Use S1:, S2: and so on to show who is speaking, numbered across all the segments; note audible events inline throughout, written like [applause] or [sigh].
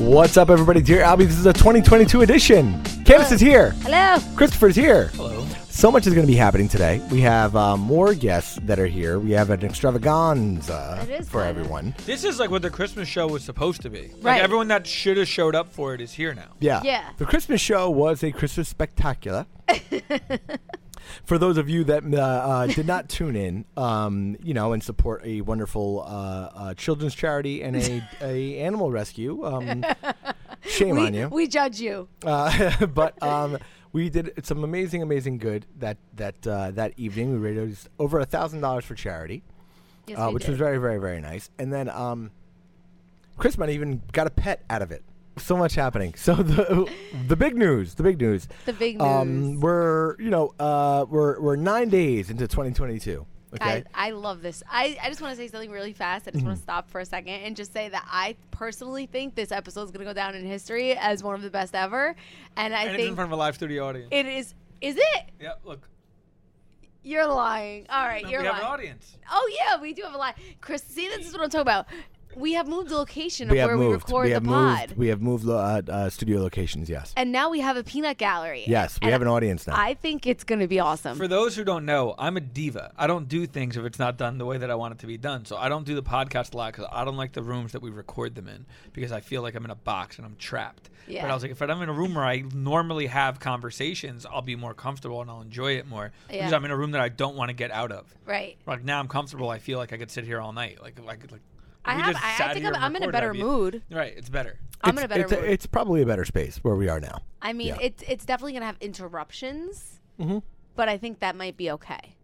S1: What's up, everybody? Dear Albie, this is a 2022 edition. Candace is here.
S2: Hello.
S1: Christopher's here. Hello. So much is going to be happening today. We have uh, more guests that are here. We have an extravaganza
S2: It is
S1: for
S2: fun.
S1: everyone.
S3: This is like what the Christmas show was supposed to be. Like
S2: Right.
S3: everyone that should have showed up for it is here now.
S1: Yeah.
S2: Yeah.
S1: The Christmas show was a Christmas
S2: [laughs]
S1: spectacular. For those of you that uh, uh, did not tune in, um, you know, and support a wonderful uh, uh, children's charity and a,
S2: [laughs]
S1: a animal rescue, um, shame on
S2: We,
S1: you.
S2: we judge you.
S1: Uh, [laughs] but um, we did some amazing, amazing good that that uh, that evening. We raised over a thousand dollars for charity,
S2: Yes,
S1: uh,
S2: we
S1: which
S2: did.
S1: was very, very, very nice. And then um, Chris might even got a pet out of it. So much happening. [laughs] So the the big news, the big news,
S2: The big
S1: Um,
S2: news.
S1: we're you know uh, we're we're nine days into 2022. Okay. Mm-hmm.
S2: Guys, I love this. I, I just want to say something really fast. I just want to stop for a second and just say that I personally think this episode is going to go down in history as one of the best ever. And I
S3: and it's in
S2: think
S3: front of a live studio audience.
S2: it is. Is it?
S3: yeah, look.
S2: You're lying. All right,
S3: No,
S2: you're
S3: we have
S2: lying.
S3: an audience.
S2: Oh yeah, we do have a lot. Chris, see, this is what I'm talking about. We have moved the location
S1: we
S2: of
S1: have
S2: where
S1: moved.
S2: we record
S1: we
S2: the
S1: have
S2: pod,
S1: moved. We have moved lo- uh, uh, studio locations. Yes.
S2: and now we have a peanut gallery.
S1: Yes. We
S2: And
S1: have an audience now.
S2: I think it's going to be awesome.
S3: For those who don't know, I'm a diva. I don't do things if it's not done the way that I want it to be done. So I don't do the podcast a lot because I don't like the rooms that we record them in because I feel like I'm in a box and I'm trapped.
S2: Yeah.
S3: But I was like, if I'm in a room where I normally have conversations, I'll be more comfortable and I'll enjoy it more because
S2: Yeah.
S3: I'm in a room that I don't want to get out of.
S2: right.
S3: Like now I'm comfortable. I feel like I could sit here all night. Like like like.
S2: I
S3: we
S2: have-
S3: just
S2: I- I
S3: sat
S2: think
S3: here
S2: I'm-
S3: and
S2: I'm in a
S3: recorded,
S2: better
S3: I'd be-
S2: mood.
S3: Right, it's better.
S2: I'm
S1: It's-
S2: in a better
S1: it's,
S2: mood.
S1: it's probably a better space where we are now.
S2: I mean,
S1: Yeah. Mm-hmm.
S2: it's it's definitely gonna have interruptions, but I think that might be okay.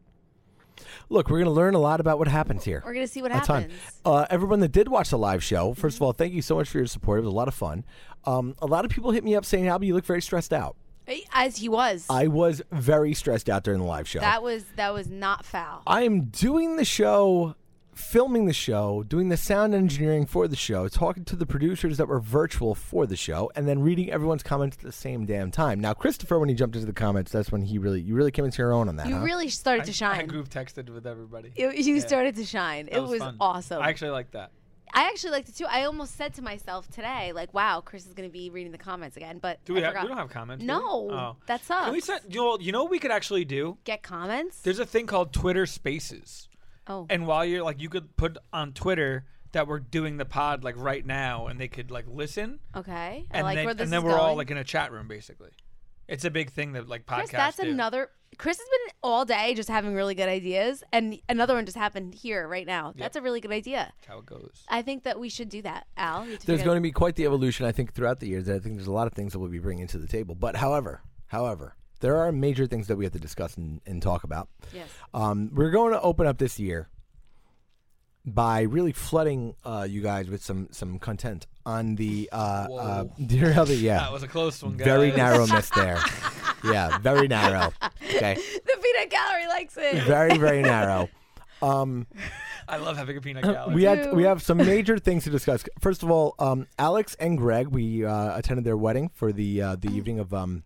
S1: Look, we're going to learn a lot about what happens here.
S2: We're gonna see what
S1: A ton.
S2: happens. Mm-hmm.
S1: Uh, everyone that did watch the live show, 1st of all, thank you so much for your support. It was a lot of fun. Um, a lot of people hit me up saying, Albie, you look very stressed out.
S2: Eh, As he was,
S1: I was very stressed out during the live show.
S2: that was that was not foul.
S1: I am doing the show, filming the show, doing the sound engineering for the show, talking to the producers that were virtual for the show, and then reading everyone's comments at the same damn time. Now, Christopher, when he jumped into the comments, that's when he really, you really came into your own on that.
S2: you
S1: huh?
S2: really started to
S3: I, I
S2: shine.
S3: group texted with everybody.
S2: You- you started to shine.
S3: That
S2: it was,
S3: fun.
S2: awesome.
S3: I actually like that.
S2: I actually liked it too. I almost said to myself today, like, "Wow, Chris is gonna be reading the comments again." But
S3: Do we,
S2: I
S3: have,
S2: forgot.
S3: we don't have comments? do we?
S2: No,
S3: Oh.
S2: that sucks.
S3: Can we set, you, know, you know what we could actually do?
S2: Get comments.
S3: There's a thing called Twitter Spaces.
S2: oh,
S3: And while you're like, you could put on Twitter that we're doing the pod like right now and they could like listen.
S2: okay. I
S3: And
S2: like
S3: then,
S2: where this
S3: and then
S2: is
S3: we're
S2: going.
S3: all like in a chat room basically. It's a big thing that like podcasts
S2: Chris, that's
S3: do.
S2: another. Chris has been all day just having really good ideas, and another one just happened here right now. That's a really good idea.
S3: That's how it goes.
S2: I think that we should do that, Al. You have to
S1: There's
S2: figure
S1: going to be quite the evolution, I think, throughout the years. And I think there's a lot of things that we'll be bringing to the table. But however, however, there are major things that we have to discuss and, and talk about.
S2: Yes. [laughs]
S1: Um, we're going to open up this year by really flooding uh, you guys with some some content on the uh, uh, [laughs] dear Elder. Yeah,
S3: That was a close one, guys.
S1: very narrow miss there. Yeah, very narrow. Okay,
S2: the peanut gallery likes it.
S1: very very narrow.
S3: I love having a peanut gallery.
S1: Uh, we had we have some
S2: [laughs]
S1: major things to discuss. First of all, um, Alex and Greg, we uh, attended their wedding for the uh, the
S2: Mm-hmm.
S1: evening of um,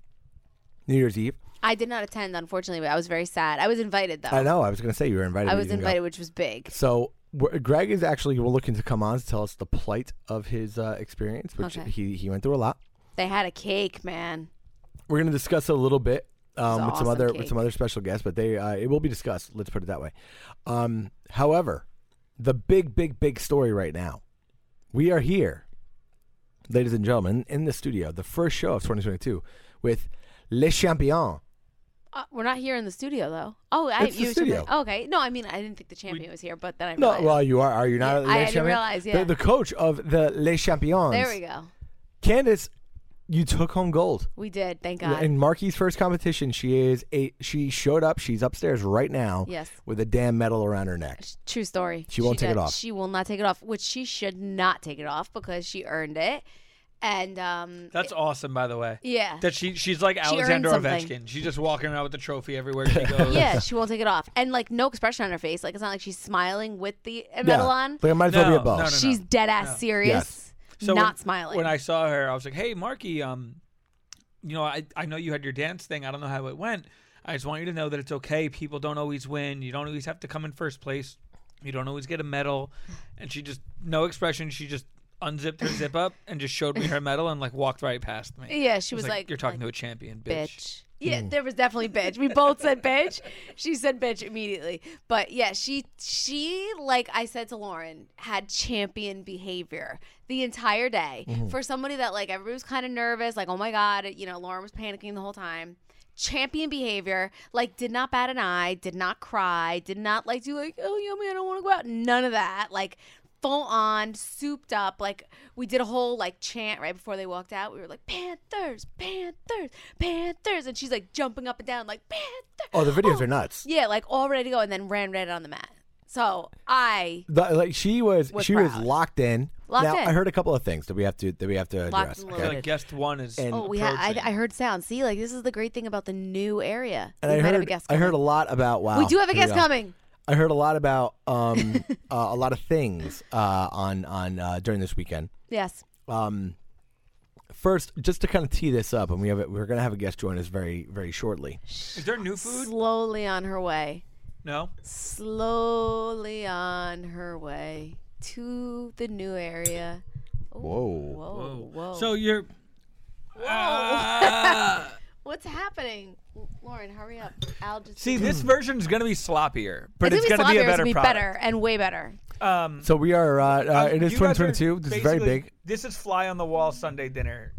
S1: New Year's Eve.
S2: I did not attend, unfortunately, but I was very sad. I was invited though.
S1: I
S2: I,
S1: know. I was going to say you were invited. but
S2: was
S1: you didn't go.
S2: invited, which was big.
S1: So we're- Greg is actually we're looking to come on to tell us the plight of his uh, experience, which
S2: Okay.
S1: he he went through a lot.
S2: They had a cake, man.
S1: We're going to discuss it a little bit um,
S2: an
S1: with some
S2: awesome
S1: other with
S2: cake.
S1: some other special guests, but they uh, it will be discussed. Let's put it that way. Um, however, the big big big story right now, we are here, ladies and gentlemen, in the studio, the first show of 2022 with Les Champions.
S2: Uh, we're not here in the studio though. Oh, I
S1: It's the
S2: you were
S1: studio.
S2: talking- oh, okay. No, I mean I didn't think the champion was here, but then I
S1: No,
S2: realized.
S1: well, you are. Are you not? at
S2: Yeah, I
S1: Les
S2: didn't
S1: Champions?
S2: realize, yeah.
S1: The, the coach of the Les Champions.
S2: there we go.
S1: Candace You took home gold.
S2: We did, thank
S1: Yeah,
S2: God.
S1: In Marky's first competition, she is a she showed up. She's upstairs right now.
S2: Yes.
S1: With a damn medal around her neck.
S2: True story.
S1: She won't take it
S2: does-
S1: off.
S2: She will not take it off, which she should not take it off because she earned it. And um,
S3: That's awesome, by the way.
S2: yeah,
S1: [laughs]
S3: That she she's like
S2: earned
S3: Alexander
S2: something.
S3: Ovechkin. She's just walking around with the trophy
S1: [laughs]
S3: everywhere she goes.
S2: yeah, she won't take it off, and like no expression on her face. Like it's not like she's smiling with the medal on.
S1: Like I might as well be a
S3: No,
S1: boss.
S3: no, no, no.
S2: She's dead ass serious,
S1: Yes.
S3: [laughs]
S2: not
S3: So when-
S2: smiling.
S3: When I saw her, I was like, "Hey, Marky, um, you know, I I know you had your dance thing. I don't know how it went. I just want you to know that it's okay. People don't always win. You don't always have to come in first place. You don't always get a medal." And she just no expression. She just unzipped her zip up and just showed me her medal and like walked right past me.
S2: yeah, she
S3: I
S2: was
S3: was like,
S2: like,
S3: "You're talking
S2: like,
S3: to a champion, bitch."
S2: bitch. Yeah, there was definitely bitch. We both said bitch. She said bitch immediately. But yeah, she she like I said to Lauren had champion behavior the entire day for somebody that like everybody was kind of nervous, like oh my god, you know, Lauren was panicking the whole time. Champion behavior, like did not bat an eye, did not cry, did not like do like oh yummy, I don't want to go out. None of that. Like full on, souped up. Like we did a whole like chant right before they walked out. We were like Panthers, Panthers, Panthers, and she's like jumping up and down like Panthers.
S1: Oh, the videos are nuts.
S2: Yeah, like all ready to go, and then ran red on the mat. So I
S1: The- like she was,
S2: Was
S1: she was
S2: proud.
S1: locked in.
S2: Locked
S1: now
S2: in.
S1: I heard a couple of things that we have to that we have to
S2: Locked
S1: address.
S2: and
S3: I feel
S2: loaded.
S1: Okay?
S3: like guest one is.
S1: And-
S2: oh we had
S3: approaching.
S2: I, I heard sound. See, like this is the great thing about the new area.
S1: And
S2: we
S1: I
S2: might
S1: heard,
S2: have a guest.
S1: I heard a
S2: coming.
S1: lot about wow.
S2: we do have a
S1: here
S2: guest
S1: go.
S2: coming.
S1: I heard a lot about um,
S2: [laughs]
S1: uh, a lot of things uh, on on uh, during this weekend.
S2: Yes.
S1: Um, first, just to kind of tee this up, and we have a, we're going to have a guest join us very very shortly.
S3: Is there new food?
S2: Slowly on her way.
S3: No.
S2: Slowly on her way to the new area.
S1: Whoa!
S2: Whoa, whoa.
S3: So you're. uh, Whoa.
S2: What's happening? L- Lauren, hurry up. Al just
S3: [laughs] see, this version's gonna be sloppier, but it's,
S2: gonna
S3: gonna be a
S2: sloppier, it's
S3: better
S2: gonna be
S3: product.
S2: better and way better.
S3: Um,
S1: So we are. Uh, uh,
S3: Um,
S1: it is
S3: you guys are
S1: 2022. This is very
S3: basically- [laughs]
S1: big.
S3: This is fly on the wall Sunday dinner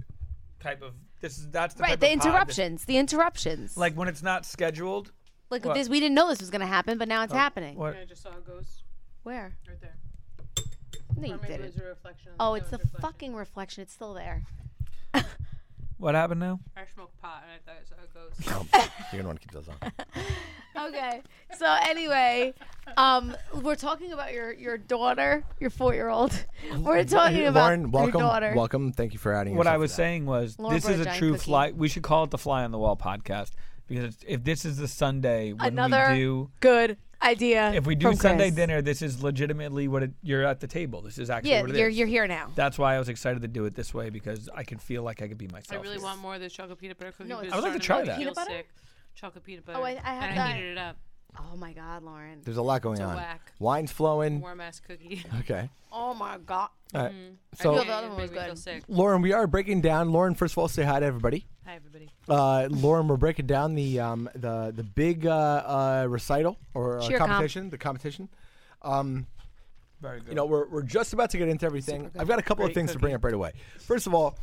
S3: type of. This is that's the
S2: Right,
S3: type
S2: the
S3: of pod that-
S2: interruptions, the interruptions.
S3: like when it's not scheduled.
S2: like
S3: what? Oh.
S2: this, we didn't know this was gonna happen, but now it's happening.
S3: What?
S4: I just saw a ghost
S2: Where?
S4: right there.
S2: No, you
S4: Or maybe it was
S2: didn't.
S4: a reflection.
S2: Oh,
S4: no,
S2: it's
S4: it
S2: the
S4: was a reflection.
S2: fucking reflection. It's still there.
S3: What happened now?
S4: I smoked pot and I thought I saw a ghost.
S1: Oh, you're going to want to keep those on.
S2: Okay. So anyway, um, we're talking about your your daughter, your four year old. We're talking about
S1: Lauren, welcome,
S2: your daughter.
S1: welcome. Thank you for adding.
S3: What I
S1: yourself
S3: was
S1: to
S3: saying was
S2: Laura
S3: this
S2: brought
S3: is
S2: a
S3: a
S2: giant
S3: true
S2: cookie.
S3: fly. We should call it the fly on the wall podcast because it's- if this is the Sunday when
S2: Another
S3: we do.
S2: good idea.
S3: If we do
S2: from
S3: Sunday
S2: Chris.
S3: dinner, this is legitimately what it, you're at the table. This is actually
S2: yeah,
S3: what it
S2: you're
S3: is.
S2: you're here now.
S3: That's why I was excited to do it this way because I can feel like I could be myself.
S4: I really
S3: here.
S4: want more of this chocolate peanut butter cookie.
S2: No,
S4: but
S2: it's
S4: it's
S3: I would like to
S4: starting
S3: try
S4: make me
S2: that. Peanut
S4: feel
S2: butter?
S4: sick. Chocolate peanut butter.
S2: Oh, I- I have
S4: and
S2: that.
S4: I heated it up.
S2: Oh my God, Lauren.
S1: There's a lot going on.
S4: whack.
S1: Wine's flowing.
S4: Warm ass cookie.
S1: Okay.
S2: Oh my God.
S1: All right.
S4: I
S1: So,
S4: mean,
S2: Oh, the other
S4: it
S2: one
S4: made
S2: was
S4: me feel
S2: good.
S4: sick.
S1: Lauren, we are breaking down. Lauren, first of all, say hi to everybody.
S4: Hi everybody.
S1: Uh, Lauren, we're breaking down the um, the the big uh, uh, recital or uh,
S2: Cheer comp.
S1: competition. The competition. Um,
S3: Very good.
S1: you know, we're, we're just about to get into everything. I've got a couple of
S4: Great
S1: things to bring up right away. First of all,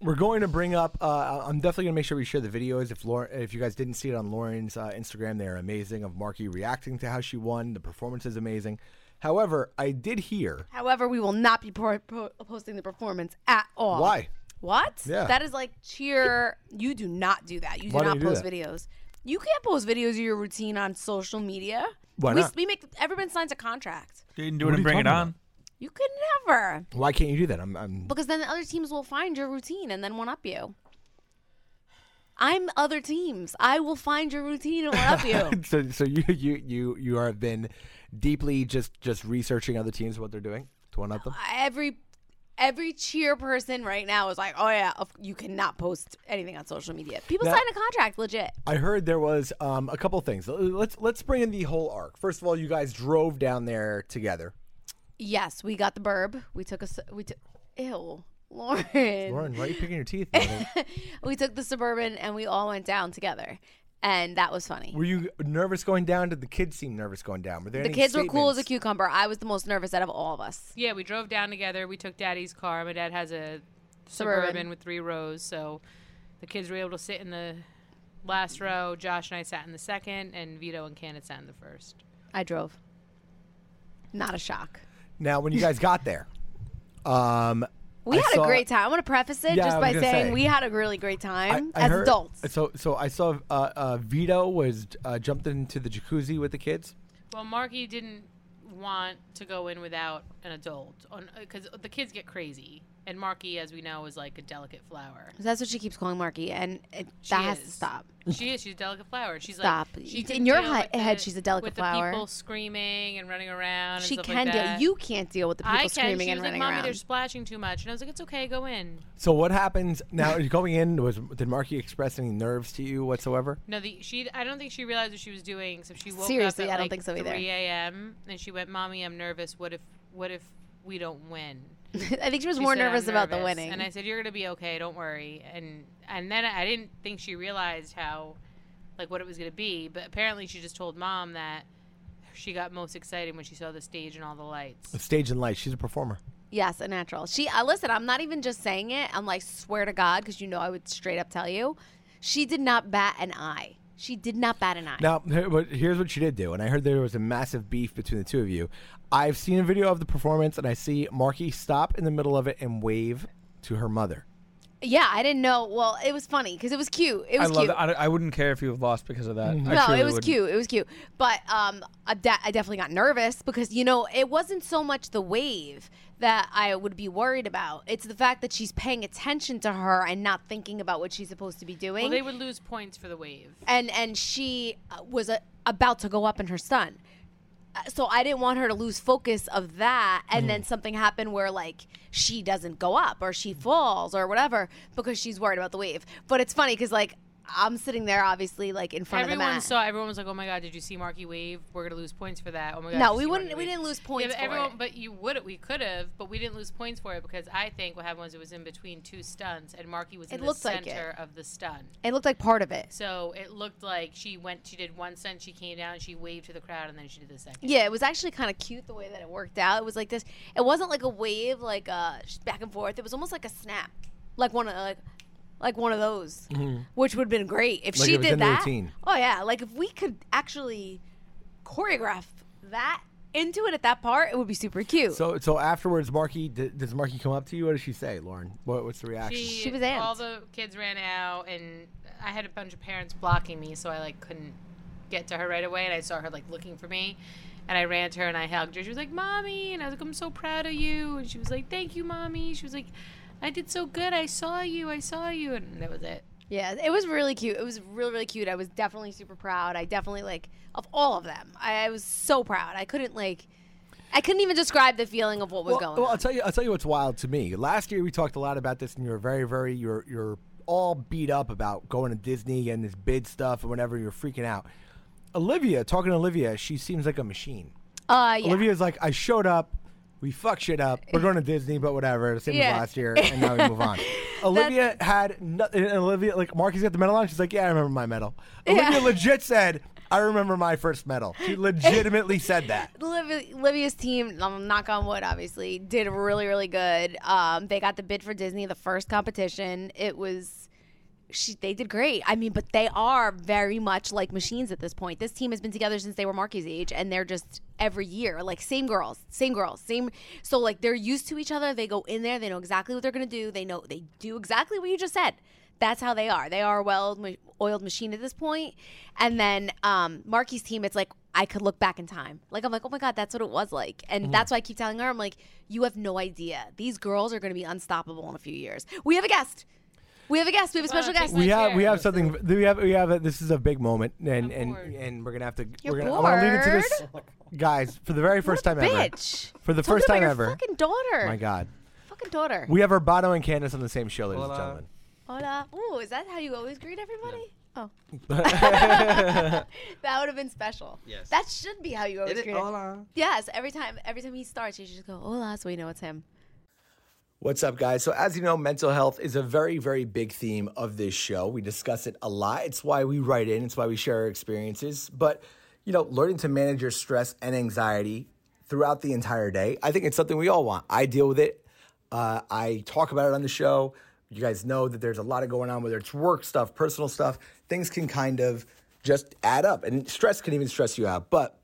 S1: we're going to bring up. Uh, I'm definitely going to make sure we share the videos. If Lauren, if you guys didn't see it on Lauren's uh, Instagram, they are amazing. Of Marky reacting to how she won, the performance is amazing. However, I did hear
S2: However, we will not be pro- pro- posting the performance at all.
S1: why.
S2: What?
S1: Yeah.
S2: That is like cheer. You do not do that. You do
S1: Why don't
S2: not
S1: you do
S2: post
S1: that?
S2: videos. You can't post videos of your routine on social media.
S1: Why
S2: we,
S1: not?
S2: We make everyone signs a contract.
S3: you can do
S1: What are
S3: it
S1: you
S3: and bring it
S1: talking about?
S3: on.
S2: You could never,
S1: Why can't you do that? I'm, I'm
S2: because then the other teams will find your routine and then one up you. I'm other teams. I will find your routine and one up
S1: [laughs]
S2: you.
S1: so so you you you you have been deeply just just researching other teams what they're doing to one up them.
S2: every every cheer person right now is like, oh yeah, of- you cannot post anything on social media. People
S1: Now-
S2: sign a contract, legit.
S1: I heard there was um, a couple things. L- Let's let's bring in the whole arc. First of all, you guys drove down there together.
S2: Yes, we got the burb. We took a s- we took ew, Lauren.
S1: Lauren, [laughs] why are you picking your teeth?
S2: We took the suburban and we all went down together, and that was funny.
S1: Were you nervous going down? Did the kids seem nervous going down? Were there
S2: the
S1: any
S2: kids were cool as a
S1: statements?
S2: cucumber. I was the most nervous out of all of us.
S4: Yeah, we drove down together. We took Daddy's car. My dad has a
S2: Suburban.
S4: suburban, with three rows, so the kids were able to sit in the last row. Josh and I sat in the second, and Vito and Candace sat in the first.
S2: I drove. Not a shock.
S1: Now, when you guys got there, um,
S2: We
S1: I
S2: had
S1: saw-
S2: a great time. I want to preface it
S1: Yeah, I
S2: just
S1: was
S2: by
S1: gonna
S2: saying
S1: say.
S2: we had a really great time
S1: I
S2: as
S1: heard-
S2: adults.
S1: So, so I saw uh, uh, Vito was uh, jumped into the jacuzzi with the kids.
S4: Well, Marky didn't want to go in without an adult because the kids get crazy. And Marky, as we know, is like a delicate flower.
S2: That's what she keeps calling Marky, and it,
S4: She
S2: that has to
S4: is.
S2: stop.
S4: She is. She's a delicate flower. She's
S2: Stop.
S4: like
S2: You-
S4: she
S2: in
S4: can
S2: your
S4: deal
S2: hi-
S4: with the-
S2: head, she's a delicate
S4: with
S2: flower.
S4: The people screaming and running around. And
S2: She
S4: stuff
S2: can
S4: like
S2: deal.
S4: that.
S2: You can't deal with the people
S4: I can.
S2: screaming
S4: she
S2: and
S4: was
S2: running
S4: like, "Mommy,
S2: around.
S4: they're splashing too much," and I was like, "It's okay, go in."
S1: So what happens now? Going in was did Marky express any nerves to you whatsoever?
S4: No, the she. I don't think she realized what she was doing. So she woke
S2: Seriously,
S4: up at
S2: I don't
S4: like
S2: think so either.
S4: 3 a.m. and she went, "Mommy, I'm nervous. What if? What if we don't win?"
S2: [laughs] I think she was
S4: She
S2: more
S4: said, "I'm
S2: nervous about the
S4: nervous."
S2: winning.
S4: And I said, "You're gonna be okay. Don't worry." And and then I didn't think she realized how, like, what it was gonna be. But apparently, she just told mom that she got most excited when she saw the stage and all the lights.
S1: Stage and light. She's a performer.
S2: yes, a natural. She uh, listen. I'm not even just saying it. I'm like swear to God because you know I would straight up tell you. She did not bat an eye. She did not bat an eye.
S1: Now, here- what- here's what she did do, and I heard there was a massive beef between the two of you. I've seen a video of the performance, and I see Marky stop in the middle of it and wave to her mother.
S2: Yeah, I didn't know. Well, it was funny because it was cute. It was
S3: I love
S2: cute.
S3: that. I, I wouldn't care if you lost because of that. I
S2: No,
S3: truly
S2: it was
S3: wouldn't.
S2: cute. It was cute. But um, I, de- I definitely got nervous because, you know, it wasn't so much the wave that I would be worried about. It's the fact that she's paying attention to her and not thinking about what she's supposed to be doing.
S4: Well, they would lose points for the wave.
S2: and and she uh, was uh, about to go up in her stun. Uh, So I didn't want her to lose focus of that, and then something happened where like she doesn't go up or she falls or whatever because she's worried about the wave. But it's funny because like I'm sitting there obviously like in front of the
S4: Everyone
S2: mat.
S4: saw. Everyone was like, "Oh my god, did you see Marky wave? We're gonna lose points for that." Oh my god.
S2: No,
S4: did you
S2: we
S4: see
S2: wouldn't-
S4: Marky
S2: we
S4: wave?"
S2: didn't lose points
S4: but
S2: for
S4: everyone,
S2: it.
S4: but you would. We could have, but we didn't lose points for it because I think what happened was it was in between two stunts, and Marky was
S2: It
S4: in the
S2: looked like it.
S4: center of the stun.
S2: it looked like part of it.
S4: So it looked like she went. She did one stunt. She came down. She waved to the crowd, and then she did the second.
S2: Yeah, it was actually kind of cute the way that it worked out. It was like this. It wasn't like a wave, like uh, sh- back and forth. It was almost like a snap, like one of like, like one of those, which would have been great if
S1: Mm-hmm. Like
S2: she
S1: it was
S2: did
S1: in the
S2: that.
S1: routine.
S2: Oh yeah, like if we could actually choreograph that into it at that part, it would be super cute.
S1: So, so afterwards, Marky d- does Marky come up to you? What does she say, Lauren? What, what's the reaction?
S4: She,
S2: She was
S4: All
S2: amped.
S4: the kids ran out, and I had a bunch of parents blocking me, so I like couldn't get to her right away. And I saw her like looking for me, and I ran to her and I hugged her. She was like, "Mommy," and I was like, "I'm so proud of you." And she was like, "Thank you, mommy." She was like, "I did so good. I saw you. I saw you," and that was it.
S2: yeah, it was really cute. It was really really cute. I was definitely super proud. I definitely like of all of them. I, I was so proud. I couldn't like, I couldn't even describe the feeling of what was
S1: well,
S2: going.
S1: well,
S2: on.
S1: I'll tell you. I'll tell you what's wild to me. Last year we talked a lot about this, and you were very, very, you're, you're all beat up about going to Disney and this bid stuff and whatever. You're freaking out. Olivia, talking to Olivia, she seems like a machine.
S2: Uh, yeah.
S1: Olivia's like, I showed up. We fuck shit up. We're going to Disney, but whatever. Same
S2: Yeah.
S1: as last
S2: [laughs]
S1: year, and now we move on. Olivia had no, and Olivia like Marky's got the medal on. She's like, yeah, I remember my medal. Olivia legit said, I remember my first medal.
S2: [laughs]
S1: She legitimately said that.
S2: Liv- Livia's team, um, knock on wood, obviously, did really, really good. Um, they got the bid for Disney, the first competition. It was, she, they did great. I mean, but they are very much like machines at this point. This team has been together since they were Marky's age, and they're just every year, like same girls, same girls, same. So like they're used to each other. They go in there, they know exactly what they're gonna do. They know they do exactly what you just said. That's how they are. They are a well-oiled machine at this point. And then um, Marky's team, it's like I could look back in time. Like I'm like, oh my god, that's what it was like, and that's why I keep telling her, I'm like, you have no idea. These girls are going to be unstoppable in a few years. We have a guest. We have a guest. We have a
S4: Well,
S2: special
S4: take
S2: guest.
S4: my
S1: We have we
S4: chair.
S1: have something. We have we have a, this is a big moment, and and
S4: bored.
S1: and we're gonna have to.
S2: You're
S1: we're gonna, I'm gonna lead into this, guys, for the very first time ever.
S2: Bitch.
S1: For the
S2: Tell me
S1: first
S2: about
S1: time
S2: your
S1: ever. Oh
S2: Fucking daughter.
S1: My God,
S2: Fucking daughter.
S1: we have Urbano and Candace on the same show, ladies
S3: Hola.
S1: and gentlemen.
S2: Hola. Ooh, is that how you always greet everybody? Oh.
S1: [laughs]
S2: [laughs] that would have been special.
S5: Yes.
S2: That should be how you always greet. everybody.
S5: hola.
S2: Yes. Every time, every time he starts, you should just go hola, so we know it's him.
S1: What's up, guys? So, as you know, mental health is a very, very big theme of this show. We discuss it a lot. It's why we write in, it's why we share our experiences. But, you know, learning to manage your stress and anxiety throughout the entire day, I think it's something we all want. I deal with it, uh, I talk about it on the show. You guys know that there's a lot of going on, whether it's work stuff, personal stuff, things can kind of just add up, and stress can even stress you out. But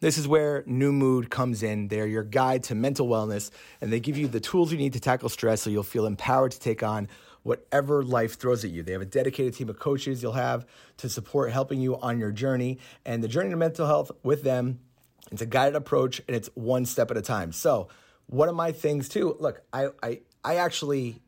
S1: This is where New Mood comes in. They're your guide to mental wellness, and they give you the tools you need to tackle stress so you'll feel empowered to take on whatever life throws at you. They have a dedicated team of coaches you'll have to support helping you on your journey. And the journey to mental health with them, it's a guided approach and it's one step at a time. So, one of my things too, look, I I, I actually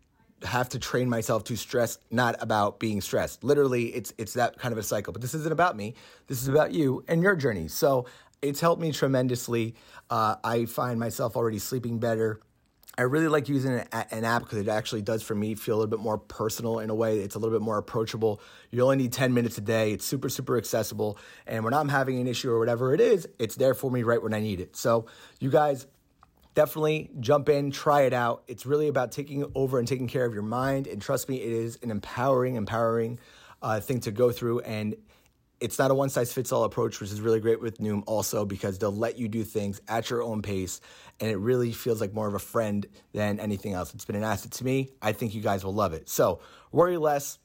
S1: have to train myself to stress not about being stressed. Literally, it's it's that kind of a cycle. But this isn't about me. This is about you and your journey. So it's helped me tremendously. Uh, I find myself already sleeping better. I really like using an, a- an app because it actually does for me feel a little bit more personal in a way. It's a little bit more approachable. You only need 10 minutes a day. It's super, super accessible. And when I'm having an issue or whatever it is, it's there for me right when I need it. So, you guys, definitely jump in, try it out. It's really about taking over and taking care of your mind. And trust me, it is an empowering, empowering uh, thing to go through. And it's not a one size fits all approach, which is really great with Noom also because they'll let you do things at your own pace. And it really feels like more of a friend than anything else. It's been an asset to me. I think you guys will love it. So worry less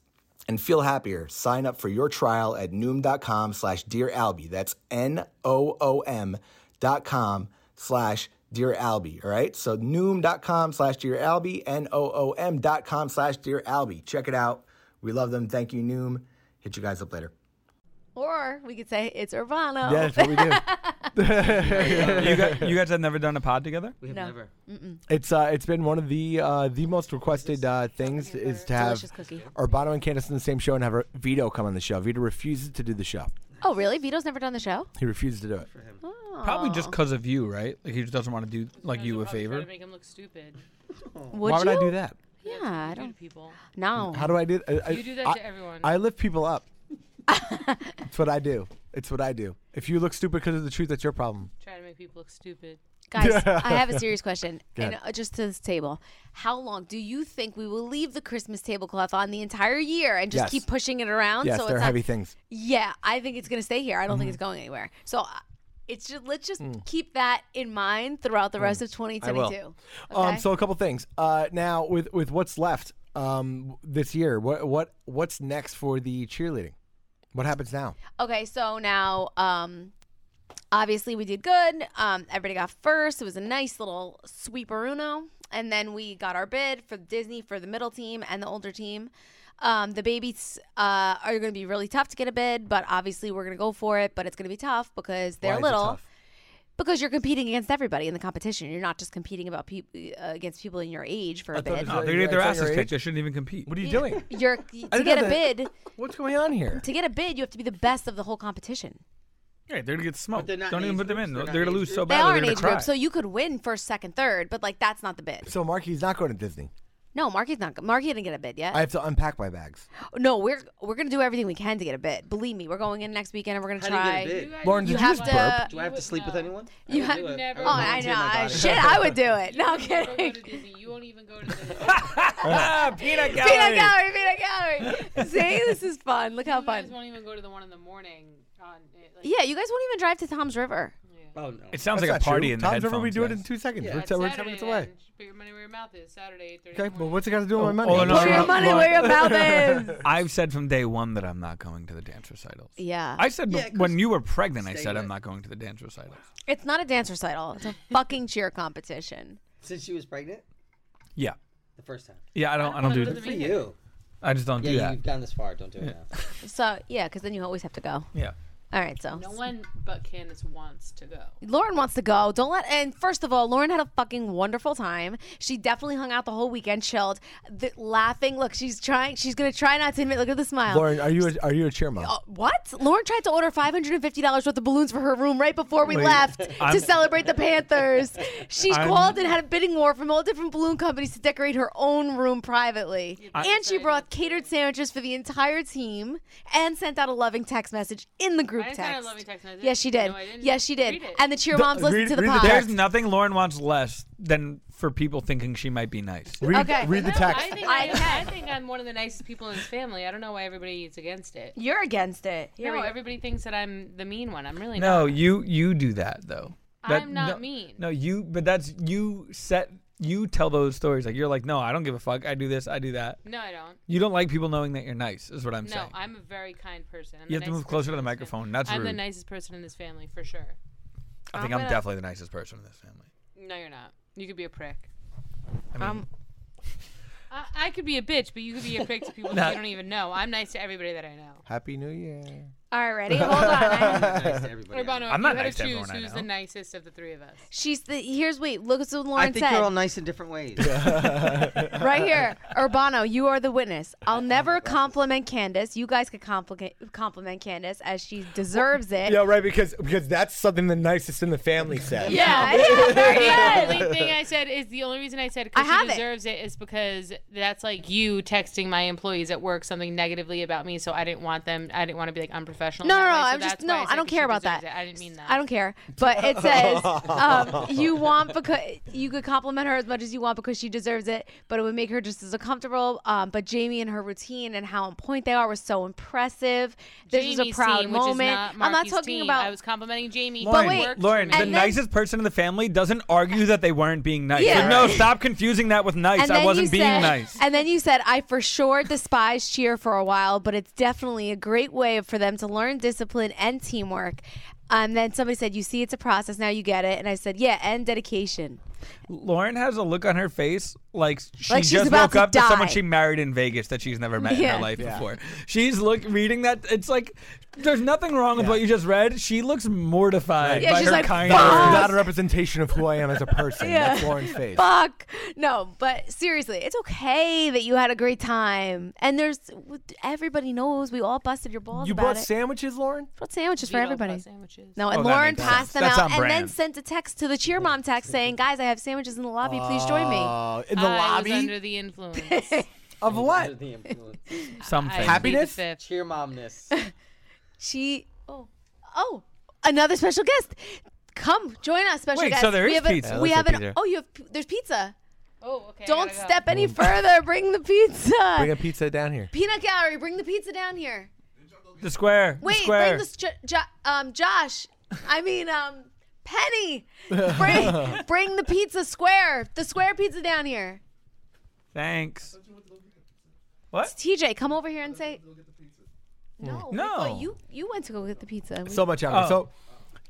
S1: and feel happier. Sign up for your trial at noom.com slash dear Albie. That's N O O M dot com slash dear Albie. All right. So noom.com slash dear Albie, N O O M dot com slash dear Albie. Check it out. We love them. Thank you, Noom. Hit you guys up later.
S2: Or we could say it's Urbano.
S1: what we do. [laughs]
S3: you, guys, you guys have never done a pod together?
S5: We have
S2: No.
S5: never.
S1: It's uh, it's been one of the uh, the most requested uh, things is to have
S2: Delicious cookie.
S1: Urbano and Candace in the same show and have Vito come on the show. Vito refuses to do the show.
S2: Oh, really? Vito's never done the show? Oh.
S1: He refuses to do it.
S3: Probably just because of you, right? Like he just doesn't want to do like you a
S4: Probably try
S3: favor.
S4: to make him look stupid.
S2: Would
S1: Why would
S2: you?
S1: I do that?
S2: Yeah, I
S4: You do
S2: don't.
S4: to people.
S2: No.
S1: How do I do? I, I-
S4: You do that
S1: I,
S4: to everyone.
S1: I lift people up. it's what I do. It's what I do. If you look stupid because of the truth, that's your problem.
S4: Try to make people look stupid.
S2: Guys, I have a serious
S1: [laughs]
S2: question.
S1: ahead.
S2: And uh, just to this table, how long do you think we will leave the Christmas tablecloth on the entire year and just
S1: Yes.
S2: keep pushing it around?
S1: yes,
S2: so
S1: they're
S2: it's not-
S1: heavy Mm-hmm. things.
S2: Yeah, I think it's going to stay here. I don't think it's going anywhere. So uh, it's just let's just
S1: Mm.
S2: keep that in mind throughout the rest of 2022.
S1: Um,
S2: okay?
S1: so a couple things. Uh, now with with what's left um, this year, what what what's next for the cheerleading? What happens now?
S2: Okay, so now, um, obviously we did good. Um, everybody got first. It was a nice little sweeper uno, and then we got our bid for Disney for the middle team and the older team. Um, the babies uh, are going to be really tough to get a bid, but obviously we're going to go for it. But it's going to be tough because they're
S1: Why is it
S2: little.
S1: tough?
S2: Because you're competing against everybody in the competition. You're not just competing about peop uh, against people in your age for a
S1: thought
S2: bid.
S1: it was-
S3: No, they get
S1: It's on
S3: their
S1: your
S3: asses
S1: age.
S3: kicked. They shouldn't even compete.
S1: What are you doing? [laughs]
S2: You're to
S1: didn't
S2: get
S1: know
S2: a
S1: that.
S2: bid.
S1: What's going on here?
S2: To get a bid, you have to be the best of the whole competition.
S3: Yeah, they're gonna get smoked.
S5: they're
S3: Don't
S5: not
S3: even
S5: age
S3: put them
S5: groups.
S3: in.
S5: They're
S3: They're,
S5: not
S3: gonna
S5: age
S3: lose so
S5: groups.
S2: They
S3: bad.
S2: are
S3: they're
S2: an
S3: gonna
S2: age
S3: cry.
S2: group, so you could win first, second, third, but like that's not the bid.
S1: So Marky's not going to Disney.
S2: No, Marky's not. Marky didn't get a bid yet.
S1: I have to unpack my bags.
S2: no, we're we're gonna do everything we can to get a bid. Believe me, we're going in next weekend and we're gonna
S5: How do
S2: try.
S5: you get a bid?
S4: You guys- [laughs]
S1: Lauren, did
S2: You
S1: you
S2: have
S1: just
S2: to.
S1: burp?
S5: Do I have to sleep with anyone? I
S2: You
S5: would
S2: have-
S5: do it.
S4: Never.
S5: would
S2: oh, I know.
S5: volunteer my
S2: I-
S5: body.
S2: shit, I would do it. No I'm
S3: [laughs]
S4: You don't go
S2: kidding.
S4: to Disney. You won't even go to the.
S3: ah, peanut
S2: Peanut gallery, peanut gallery.
S4: [laughs]
S2: See, this is fun. Look how
S4: You guys
S2: fun.
S4: won't even go to the one in the morning. On it, like,
S2: Yeah, you guys won't even drive to Tom's River.
S5: Oh no.
S3: It sounds
S1: That's
S3: like
S1: not
S3: a party
S1: true.
S3: in the
S1: Tom's
S3: headphones.
S1: River, we do it in
S3: guys.
S1: two seconds.
S5: Yeah,
S1: we're,
S5: it's
S1: ten, we're ten
S4: Saturday,
S1: minutes away.
S4: man. Put your money where your mouth is. Saturday, 8:30.
S1: Okay, well, what's it got to do with my money?
S3: oh, no,
S2: Put your
S3: no.
S2: money
S3: Lauren-
S2: where your mouth is.
S3: [laughs] I've said from day one that I'm not going to the dance recitals.
S2: Yeah,
S3: I said
S5: Yeah,
S3: bef- when
S5: Chris-
S3: you were pregnant, I
S5: Stay
S3: said
S5: away.
S3: I'm not going to the dance recitals.
S2: it's not a dance recital. It's a fucking cheer competition.
S5: Since she was pregnant,
S3: Yeah,
S5: the first time.
S3: yeah, I don't, I don't do.
S4: Doesn't
S5: Good
S3: that.
S5: for
S4: mean
S5: you.
S3: I just don't
S5: Yeah,
S3: do
S5: you-
S3: that.
S5: you've gone this far. Don't do it now.
S2: So yeah, because then you always have to go.
S3: Yeah.
S2: All right, so
S4: No one but Candace wants to go.
S2: Lauren wants to go. Don't let. And first of all, Lauren had a fucking wonderful time. She definitely hung out the whole weekend, chilled, th- laughing. Look, she's trying. She's gonna try not to admit. Look at the smile.
S1: Lauren, are you a, are you a cheer mom?
S2: Uh, what? Lauren tried to order five hundred and fifty dollars worth of balloons for her room right before we
S3: Wait,
S4: [laughs]
S2: left to
S3: I'm-
S2: celebrate the Panthers. She
S3: I'm-
S2: called and had a bidding war from all different balloon companies to decorate her own room privately. and she brought catered sandwiches for the entire team and sent out a loving text message in the group
S4: I sent out a
S2: text.
S4: loving text message.
S2: Yes, she did.
S4: No, I didn't.
S2: Yes, she did.
S4: Read it.
S2: And the cheer moms listened
S1: read-
S2: to the
S1: read the
S2: podcast.
S1: text.
S3: There's nothing Lauren wants less than for people thinking she might be nice.
S1: Read,
S2: okay.
S1: read the
S4: No,
S1: text.
S4: I think,
S2: I
S4: I, I think I'm one of the nicest people in this family. I don't know why everybody is against it.
S2: You're against it. Here we
S4: no,
S2: go.
S4: everybody thinks that I'm the mean one. I'm really
S3: No,
S4: not.
S3: you you do that though. That-
S4: I'm not
S3: no-
S4: mean.
S3: No, you. But that's you set. You tell those stories like you're like, no, I don't give a fuck. I do this. I do that.
S4: No, I don't.
S3: You don't like people knowing that you're nice, is what I'm
S4: No,
S3: saying.
S4: I'm a very kind person. I'm
S3: You have
S4: the
S3: to move
S4: nicest
S3: closer
S4: person
S3: to the
S4: in this fam-
S3: microphone. That's
S4: I'm the
S3: rude.
S4: nicest person in this family for sure.
S3: I think
S4: I'm
S3: I'm
S4: gonna-
S3: definitely the nicest person in this family.
S4: No, you're not. You could be a prick.
S3: I mean,
S4: Um, I, I could be a bitch, but you could be
S3: [laughs]
S4: a prick to people
S3: No.
S4: that you don't even know. I'm nice to everybody that I know.
S1: Happy New Year.
S2: All right,
S1: [laughs]
S2: ready? Hold on. [laughs] I-
S5: nice to everybody. I know.
S4: Urbano, if
S3: I'm not
S4: you had
S3: nice to
S4: to
S3: everyone
S4: choose
S3: I
S4: who's the
S3: know.
S4: nicest of the three of us.
S2: She's the. Here's wait. Look at what
S5: I
S2: Lauren
S5: think you're all
S2: said.
S5: nice in different ways.
S2: Right here, Urbano, you are the witness. I'll never compliment Candace. You guys could compliment compliment Candace as she deserves it.
S1: Yeah, right. Because because that's something the nicest in the family said.
S2: Yeah, yeah, very
S4: Yeah,
S2: good.
S4: the
S2: [laughs]
S4: only thing I said is the only reason I said
S2: I
S4: because she
S2: have it.
S4: deserves it is because that's like you texting my employees at work something negatively about me, so I didn't want them. I didn't want to be like unprofessional.
S2: No,
S4: in
S2: no,
S4: Oh,
S2: no.
S4: that way, so
S2: I'm just
S4: that's why
S2: no.
S4: I, said
S2: I don't
S4: she
S2: care about
S4: deserves
S2: that.
S4: it. I didn't mean that.
S2: I don't care. But it
S4: [laughs]
S2: says um, you want because you could compliment her as much as you want because she deserves it. But it would make her just as uncomfortable. Um, but Jamie and her routine and how on point they are was so impressive. This was a
S4: Jamie's
S2: proud
S4: team, which is
S2: moment.
S4: not
S2: I'm not
S4: Marky's
S2: talking
S4: team.
S2: about.
S4: I was complimenting Jamie.
S3: Lauren,
S4: It
S2: wait,
S4: worked
S3: Lauren,
S4: for
S3: the
S4: me.
S2: then-
S3: nicest person in the family doesn't argue that they weren't being nice.
S2: Yeah.
S3: So no, stop confusing that with nice.
S2: and then
S3: I
S2: you
S3: wasn't being
S2: said-
S3: nice.
S2: And then you said, I for sure despise cheer for a while, but it's definitely a great way for them to learn discipline and teamwork. And then somebody said, You see, it's a process. Now you get it. And I said, Yeah, and dedication.
S3: Lauren has a look on her face like she
S2: Like she's
S3: just
S2: about
S3: woke
S2: to
S3: up to someone
S2: die.
S3: she married in Vegas that she's never met in
S2: Yeah.
S3: her life before. She's look reading that. It's like there's nothing wrong with what you just read. She looks mortified
S2: Yeah,
S3: by
S2: she's
S3: her
S2: like,
S3: kind
S1: Not,
S2: "Fuck."
S3: words.
S1: not a representation of who I am as a person. That's Lauren's face.
S3: [laughs]
S2: Fuck. No, but seriously, it's okay that you had a great time. And there's everybody knows we all busted your balls
S1: You
S2: about
S1: brought
S2: it.
S1: sandwiches, Lauren?
S2: Brought sandwiches for
S4: Vito
S2: everybody.
S4: plus sandwiches.
S2: No, and
S3: Oh, that
S2: Lauren
S3: makes
S2: passed
S3: sense.
S2: them
S3: That's
S2: out
S3: on
S2: and then
S3: brand.
S2: sent a text to the cheer mom text
S3: [laughs]
S2: saying, Guys, I have sandwiches in the lobby. Please join me.
S1: Uh, in the
S4: I was
S1: lobby
S4: under
S3: [laughs]
S4: the influence.
S1: of what?
S5: The influence.
S3: Something.
S4: I plead the
S1: Happiness?
S4: fifth.
S5: Cheer momness.
S2: She oh oh another special guest. Come join us, special
S3: Wait,
S2: guest.
S3: so there
S2: we
S3: is
S2: have
S3: pizza.
S2: A,
S3: Yeah,
S2: we
S3: let's
S2: have
S3: get
S2: an
S3: pizza.
S2: oh you have p- there's pizza.
S4: Oh, okay. I
S2: Don't
S4: gotta go.
S2: step
S3: Mm.
S2: any further. Bring the pizza.
S1: Bring a pizza down here.
S2: Peanut gallery. Bring the pizza down here.
S3: The square.
S2: Wait,
S3: the square.
S2: bring this jo- jo- um Josh. I mean um Penny. Bring bring the pizza square. The square pizza down here.
S3: Thanks.
S2: TJ, come over here and say. No,
S3: No.
S2: but you you went to go get the pizza. We-
S1: So much happened.
S3: Oh.
S1: So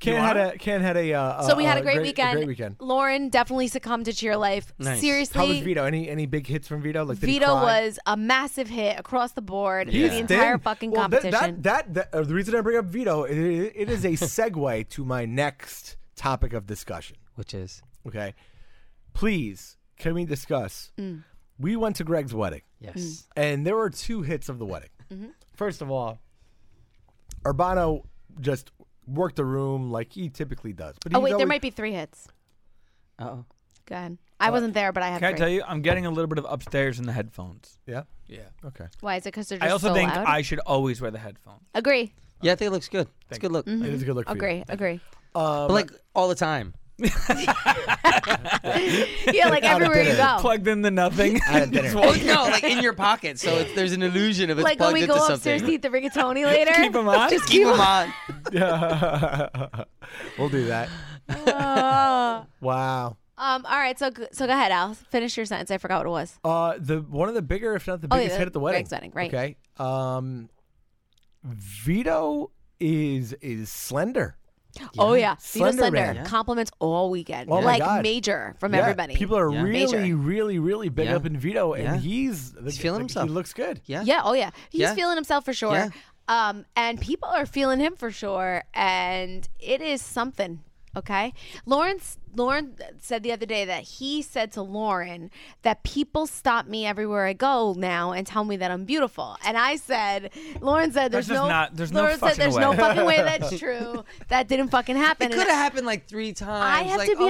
S1: Can
S3: You
S1: had
S3: wanna?
S1: a Can had a uh,
S2: So we
S1: uh,
S2: had a great, weekend.
S1: great weekend.
S2: Lauren definitely succumbed to cheer life.
S5: Nice.
S2: Seriously,
S1: How was Vito? Any any big hits from Vito? Like did he
S2: Vito
S1: cry?
S2: was a massive hit across the board
S1: He's
S2: through the entire
S1: thin.
S2: fucking
S1: Well, that-
S2: competition.
S1: That that, that uh, the reason I bring up Vito i- i it is a segue [laughs] to my next topic of discussion.
S5: Which is
S1: Okay, please can we discuss?
S2: Mm.
S1: We went to Greg's wedding,
S5: yes.
S1: and there were two hits of the wedding. First of all, Urbano just worked the room like he typically does. But
S2: oh
S1: he's
S2: wait, there
S1: always-
S2: might be three hits.
S1: uh,
S5: Oh.
S2: Go ahead. I wasn't there, but I have
S3: Can I
S2: three.
S3: tell you? I'm getting a little bit of upstairs in the headphones.
S1: Yeah.
S3: Yeah.
S1: Okay.
S2: Why is it? Because they're just
S3: I also
S2: so
S3: think
S2: loud.
S3: I should always wear the headphones.
S2: agree,
S5: Yeah, I think it looks good. It's a good look.
S1: It is a good look. for you.
S2: agree, agree.
S1: Uh,
S5: But like all the time.
S2: Yeah, like everywhere you go.
S3: Plugged in the
S5: [laughs]
S3: nothing. Just
S5: Well,
S3: walk-
S5: no, like in your pocket, so it's, there's an illusion of it's
S2: Like when
S5: plugged
S2: we
S5: into
S2: go upstairs
S5: something.
S2: to eat the
S5: [laughs]
S2: rigatoni later.
S3: Keep 'em on?
S2: Just [laughs]
S5: Keep
S2: keep 'em-
S5: 'em on.
S1: [laughs] we'll do that. wow.
S2: Uh, Um. All right. So so go ahead, Al. Finish your sentence. I forgot what it was.
S1: Uh, the one of the bigger, if not the
S2: Oh, yeah,
S1: biggest,
S2: the
S1: hit at the wedding.
S2: Greg's wedding, right.
S1: Okay. Um, Vito is is slender.
S2: Oh yeah, Vito
S1: Slender
S2: Slender
S1: Man. Yeah.
S2: compliments all weekend,
S1: Oh, my
S2: like
S1: God.
S2: major from
S1: Yeah,
S2: everybody.
S1: People are
S5: Yeah.
S1: really,
S2: Major.
S1: really, really big
S5: Yeah.
S1: up in Vito, and
S5: Yeah.
S1: he's the,
S5: He's feeling
S1: the-
S5: himself.
S1: He looks good.
S5: [laughs] Yeah.
S2: Yeah. Oh, yeah. He's
S5: Yeah.
S2: feeling himself for sure.
S5: Yeah.
S2: Um, and people are feeling him for sure, and it is something. Okay, Lawrence. Lauren said the other day that he said to Lauren that people stop me everywhere I go now and tell me that I'm beautiful. And I said, Lauren said, "There's
S3: That's just
S2: no,
S3: not- there's no
S2: Lauren said,
S3: fucking
S2: "There's
S3: way."
S2: no fucking way that's
S3: [laughs]
S2: true. That didn't fucking happen."
S5: It
S2: And
S5: could have happened like three
S2: I
S5: times.
S2: have
S5: like,
S2: to be
S5: oh.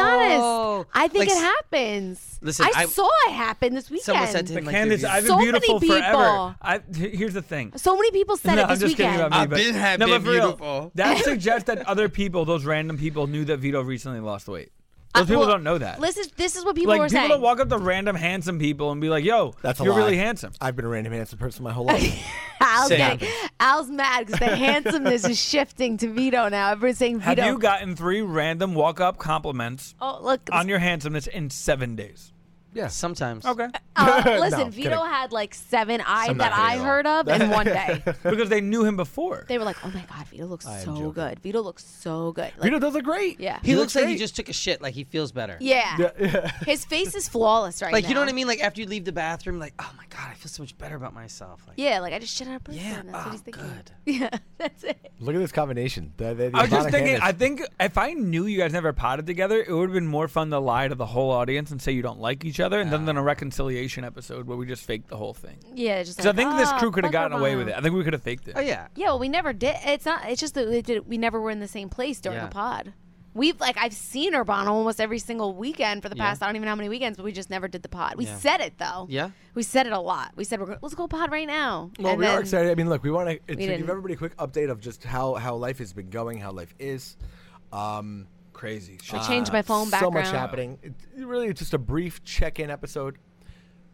S2: honest. I think
S5: Like,
S2: it happens.
S5: Listen,
S2: I,
S5: I-
S2: saw it happen this weekend.
S5: Someone said to him, like,
S3: Candace,
S5: dude,
S3: I've been
S2: So many
S3: beautiful
S2: people.
S3: forever. I, h- here's the thing.
S2: so many people said
S3: no,
S2: it this
S3: I'm just
S2: weekend.
S3: kidding about me.
S5: I've
S3: but-
S5: been- have
S3: no,
S5: been
S3: but for real,
S5: beautiful. [laughs]
S3: that suggests that other people, those random people, knew that Vito recently lost weight. Those people
S2: Uh, well,
S3: don't know that.
S2: This is this is what people
S3: like
S2: were
S3: people
S2: saying.
S3: don't walk up to random handsome people and be like, "Yo,
S1: That's a
S3: you're
S1: lie.
S3: really handsome."
S1: I've been a random handsome person my whole life.
S2: [laughs] Al's,
S5: Say
S2: getting, Al's mad because the handsomeness is shifting to Vito now. Everybody's saying
S3: Have
S2: Vito.
S3: you gotten three random walk-up compliments
S2: oh look,
S3: on your handsomeness in seven days?
S1: Yeah.
S5: Sometimes.
S3: Okay.
S2: Uh, listen,
S1: I'm
S2: Vito
S1: kidding.
S2: had like seven I
S1: Some
S2: that
S1: not
S2: I
S1: Vito.
S2: heard of in one day.
S3: because they knew him before.
S2: They were like, "Oh my god, Vito looks
S1: I am
S2: so
S1: joking.
S2: good. Vito looks so good."
S1: [laughs]
S2: Like,
S1: Vito does look great. [laughs]
S2: yeah.
S5: He,
S1: looks
S5: looks, like he
S1: great.
S5: just took a shit. Like he feels better.
S2: yeah,
S1: Yeah, yeah.
S2: His face is flawless right
S5: Like
S2: now.
S5: you know what I mean? Like after you leave the bathroom, like oh my god, I feel so much better about myself. Like
S2: Yeah, like I just shit on a person.
S5: yeah,
S2: That's what
S5: oh,
S2: he's thinking.
S5: good.
S2: [laughs] Yeah, that's it.
S1: Look at this combination. The- the- the
S3: I was just
S1: Ivana
S3: thinking.
S1: Hannis.
S3: I think if I knew you guys never potted together, it would have been more fun to lie to the whole audience and say you don't like each other, and then than a reconciliation episode where we just faked the whole thing.
S2: Yeah, just.
S3: So I
S2: like,
S3: think this
S2: "Oh,
S3: crew could have
S2: fucker
S3: gotten away
S2: bomb."
S3: with it. I think we could have faked it.
S5: Oh yeah.
S2: Yeah, well, we never did. It's not. It's just that we, did, we never were in the same place during
S5: Yeah.
S2: the pod. We've like I've seen Urbano almost every single weekend for the past I don't even know how many weekends, but we just never did the pod. We
S5: Yeah.
S2: said it though.
S5: Yeah.
S2: we said it a lot. We said we're gonna, let's go pod right now.
S1: Well,
S2: And
S1: we are
S2: then-
S1: excited. I mean, look, we want to
S2: didn't.
S1: give everybody a quick update of just how how life has been going, how life is. Um, crazy. Uh,
S2: I changed my phone
S1: So much
S2: background.
S1: happening. It, it really, just a brief check-in episode.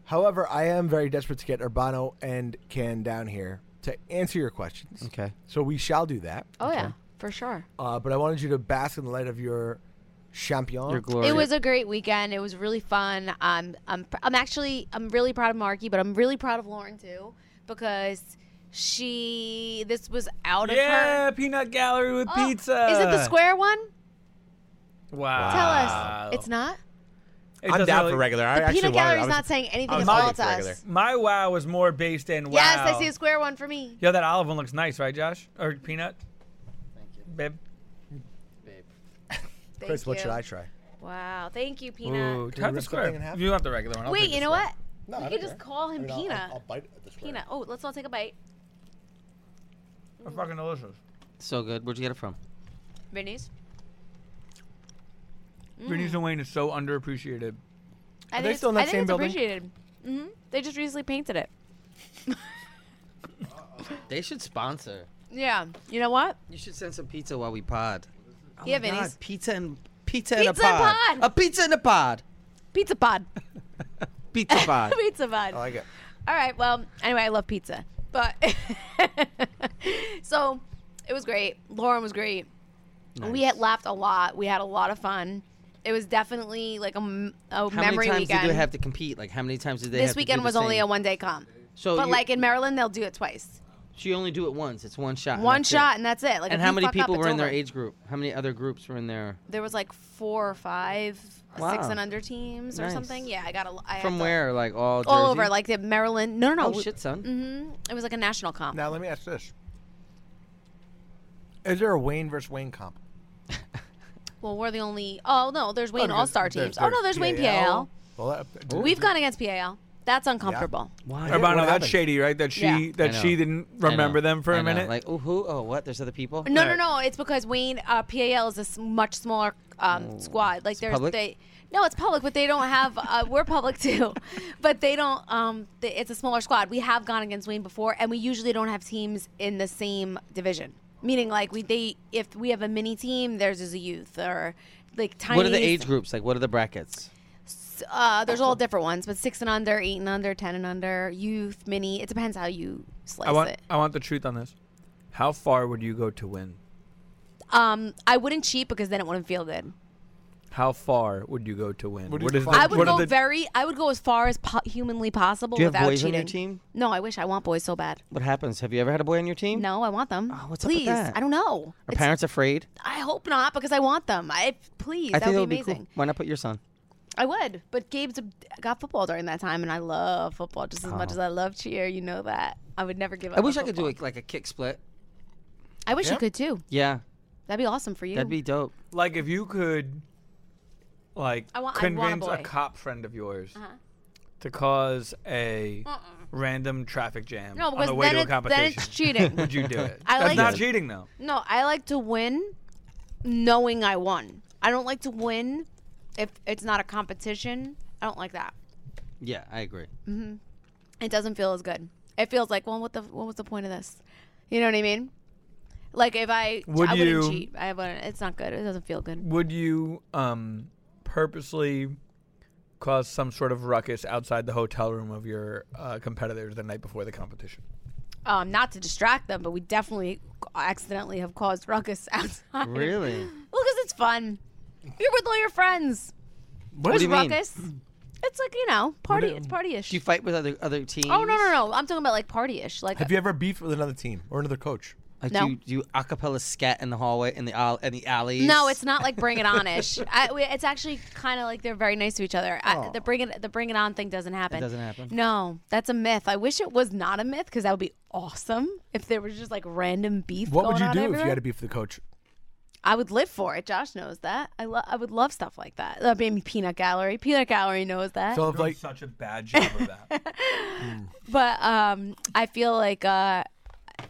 S1: However, I am very desperate to get Urbano and Can down here to answer your questions.
S5: Okay.
S1: So we shall do that.
S2: Oh yeah, for sure.
S1: Uh, but I wanted you to bask in the light of your champion.
S5: Your glory.
S2: It was a great weekend. It was really fun. Um, I'm, pr- I'm actually, I'm really proud of Marky, but I'm really proud of Lauren too because she, this was out of her.
S3: Yeah, peanut gallery with
S2: Oh,
S3: pizza.
S2: Is it the square one?
S3: Wow.
S2: Tell
S5: Uh,
S2: us. It's not.
S3: It
S6: I'm
S3: doesn't
S6: down
S3: really-
S6: for regular. I
S2: The
S6: actually
S2: peanut
S6: wanted-
S2: gallery's
S6: I was-
S2: not saying anything
S6: was
S2: about
S6: thinking
S2: us.
S6: regular.
S3: My wow was more based in wow.
S2: Yes, I see a square one for me.
S3: Yo, that olive one looks nice, right, Josh? Or peanut? Thank you, babe.
S2: Thank
S6: [laughs]
S1: Chris, what
S2: you.
S1: should I try?
S2: Wow, thank you, Peanut.
S3: Ooh,
S1: Can
S3: try
S1: we
S3: the
S1: rip
S3: square.
S1: something in half?
S3: You want the regular one? I'll
S2: Wait,
S3: take
S2: you
S3: the
S2: know
S3: square.
S2: what?
S1: No, I
S2: we
S1: don't
S2: could just
S1: care.
S2: call him
S1: I mean, I'll-
S2: Peanut.
S1: I'll, I'll bite at the square.
S2: Peanut. Oh, let's all take a bite.
S3: They're fucking delicious.
S5: so good. Where'd you get it from?
S2: Vinny's. Mm-hmm.
S3: Vinny's and Wayne is so underappreciated.
S2: I
S1: Are
S2: think
S1: they
S2: it's-
S1: still in that
S2: I think
S1: same
S2: it's
S1: building?
S2: Appreciated. hmm They just recently painted it.
S5: They should sponsor.
S2: Yeah. You know what?
S5: You should send some pizza while we pod. Oh
S2: Yeah,
S5: my
S2: Vinny's.
S5: God, pizza and pizza, and a
S2: Pizza and
S5: pod.
S2: pod.
S5: A pizza and a pod.
S2: Pizza pod. [laughs]
S5: Pizza pod. Oh,
S2: pizza pod.
S1: I like it.
S2: All right. Well, anyway, I love pizza. But [laughs] so it was great. Lauren was great. We had laughed a lot. We had a lot of fun. It was definitely like a, m- a
S5: How
S2: memory
S5: many times
S2: weekend.
S5: did they have to compete? Like how many times did they? have
S2: this
S5: to do
S2: weekend
S5: the
S2: was only
S5: same?
S2: a one day comp.
S5: So
S2: but
S5: you-
S2: like in Maryland, they'll do it twice.
S5: So you only do it once. It's one shot. and
S2: One
S5: that's it.
S2: shot, and that's it. Like,
S5: And
S2: if
S5: how
S2: you
S5: many
S2: fuck
S5: people
S2: up,
S5: were
S2: it's
S5: in their
S2: over.
S5: age group? How many other groups were in there?
S2: There was like four or five, six
S5: Wow.
S2: and under teams or
S5: Nice.
S2: something. Yeah, I got a. I had
S5: From
S2: to-
S5: where? Like all
S2: All
S5: Jersey?
S2: over, like the Maryland. No, no, no.
S5: oh shit, son.
S2: hmm It was like a national comp.
S1: Now let me ask this: Is there a Wayne versus Wayne comp?
S2: Well, we're the only. Oh no, there's Wayne All Star teams. oh no, there's Wayne PAL.
S1: PAL. Well, that,
S2: We've gone against PAL. That's uncomfortable.
S5: Why?
S1: Urban-
S3: Urbano,
S1: What
S3: that's
S1: happened?
S3: shady, right? That she
S2: Yeah.
S5: I
S3: that
S5: know.
S3: she didn't
S5: I know.
S3: remember them for a
S5: I know.
S3: minute.
S5: Like oh who? Oh what? There's other people.
S2: No, no, no. It's because Wayne uh, PAL is a s- much smaller um, squad. Like there's
S5: public?
S2: they. No, it's public, but they don't have. Uh, [laughs] we're public too, but they don't. Um, they, it's a smaller squad. We have gone against Wayne before, and we usually don't have teams in the same division. Meaning, like we they if we have a mini team, theirs is a youth or like tiny.
S5: What are the age groups? Like what are the brackets?
S2: uh, there's all different ones, but six and under, eight and under, ten and under, youth, mini. It depends how you slice
S3: I want
S2: it.
S3: I want the truth on this. How far would you go to win?
S2: Um, I wouldn't cheat because then it wouldn't feel good.
S3: How far would you go to win?
S1: What do you
S3: What is the,
S1: define-
S2: I would
S3: what are
S2: go
S3: the-
S2: very. I would go as far as po- humanly possible
S5: Do you have
S2: without
S5: boys on
S2: cheating.
S5: your team?
S2: No, I wish I want boys so bad.
S5: What happens? Have you ever had a boy on your team?
S2: No, I want them.
S5: Oh, what's up with
S2: please,
S5: that?
S2: I don't know.
S5: Are
S2: It's-
S5: parents afraid?
S2: I hope not because I want them. I please.
S5: I
S2: that
S5: think
S2: would
S5: that
S2: be
S5: would
S2: amazing.
S5: cool. Why not put your son?
S2: I would, but Gabe's a- got football during that time, and I love football just as much as I love cheer. You know that. I would never give up.
S5: Oh. I wish
S2: on
S5: I could do
S2: football.
S5: a, like a kick split.
S2: I wish you
S1: Yeah.
S2: could too.
S5: Yeah,
S2: That'd be awesome for you.
S5: that'd be dope.
S3: like if you could like
S2: I want- I want a
S3: convince a
S2: boy. Uh-huh.
S3: cop friend of yours to cause a random traffic jam
S2: No,
S3: on
S2: because
S3: the way
S2: then,
S3: to a
S2: it's, then
S3: competition.
S2: it's cheating.
S3: [laughs] would you do it?
S2: [laughs] I
S3: That's
S2: like
S3: not
S2: it.
S3: cheating though.
S2: no, I like to win knowing I won. I don't like to win if it's not a competition. I don't like that.
S5: Yeah, I agree.
S2: Mm. It doesn't feel as good. It feels like, well, what the what was the point of this? You know what I mean? Like if I
S3: Would
S2: I
S3: you-
S2: wouldn't cheat. I wouldn't. It's not good. It doesn't feel good.
S3: Would you um purposely cause some sort of ruckus outside the hotel room of your uh, competitors the night before the competition?
S2: Um, not to distract them, but we definitely accidentally have caused ruckus [laughs] outside.
S5: Really?
S2: Well, because it's fun. You're with all your friends.
S5: What
S2: There's
S5: do you mean?
S2: ruckus. It's like you know, party.
S1: do-
S2: It's partyish.
S5: Do you fight with other other teams?
S2: oh no, no, no! I'm talking about like partyish. Like
S1: Have you ever beefed with another team or another coach?
S5: Like,
S2: No.
S5: Do you, do you acapella scat in the hallway in the al- in the alleys?
S2: No, it's not like Bring
S1: [laughs]
S2: It On-ish. I, we- it's actually kind of like they're very nice to each other. I, the Bring It the Bring It On thing doesn't happen.
S5: doesn't happen.
S2: No, that's a myth. I wish it was not a myth because that would be awesome if there was just like random beef.
S1: What
S2: going
S1: would you
S2: on
S1: do if
S2: everywhere.
S1: you had a beef with the coach?
S2: I would live for it. Josh knows that. I lo- I would love stuff like that. I mean, Peanut Gallery. Peanut Gallery knows that.
S1: So if like
S3: such a bad job of [laughs] that.
S2: but um, I feel like uh,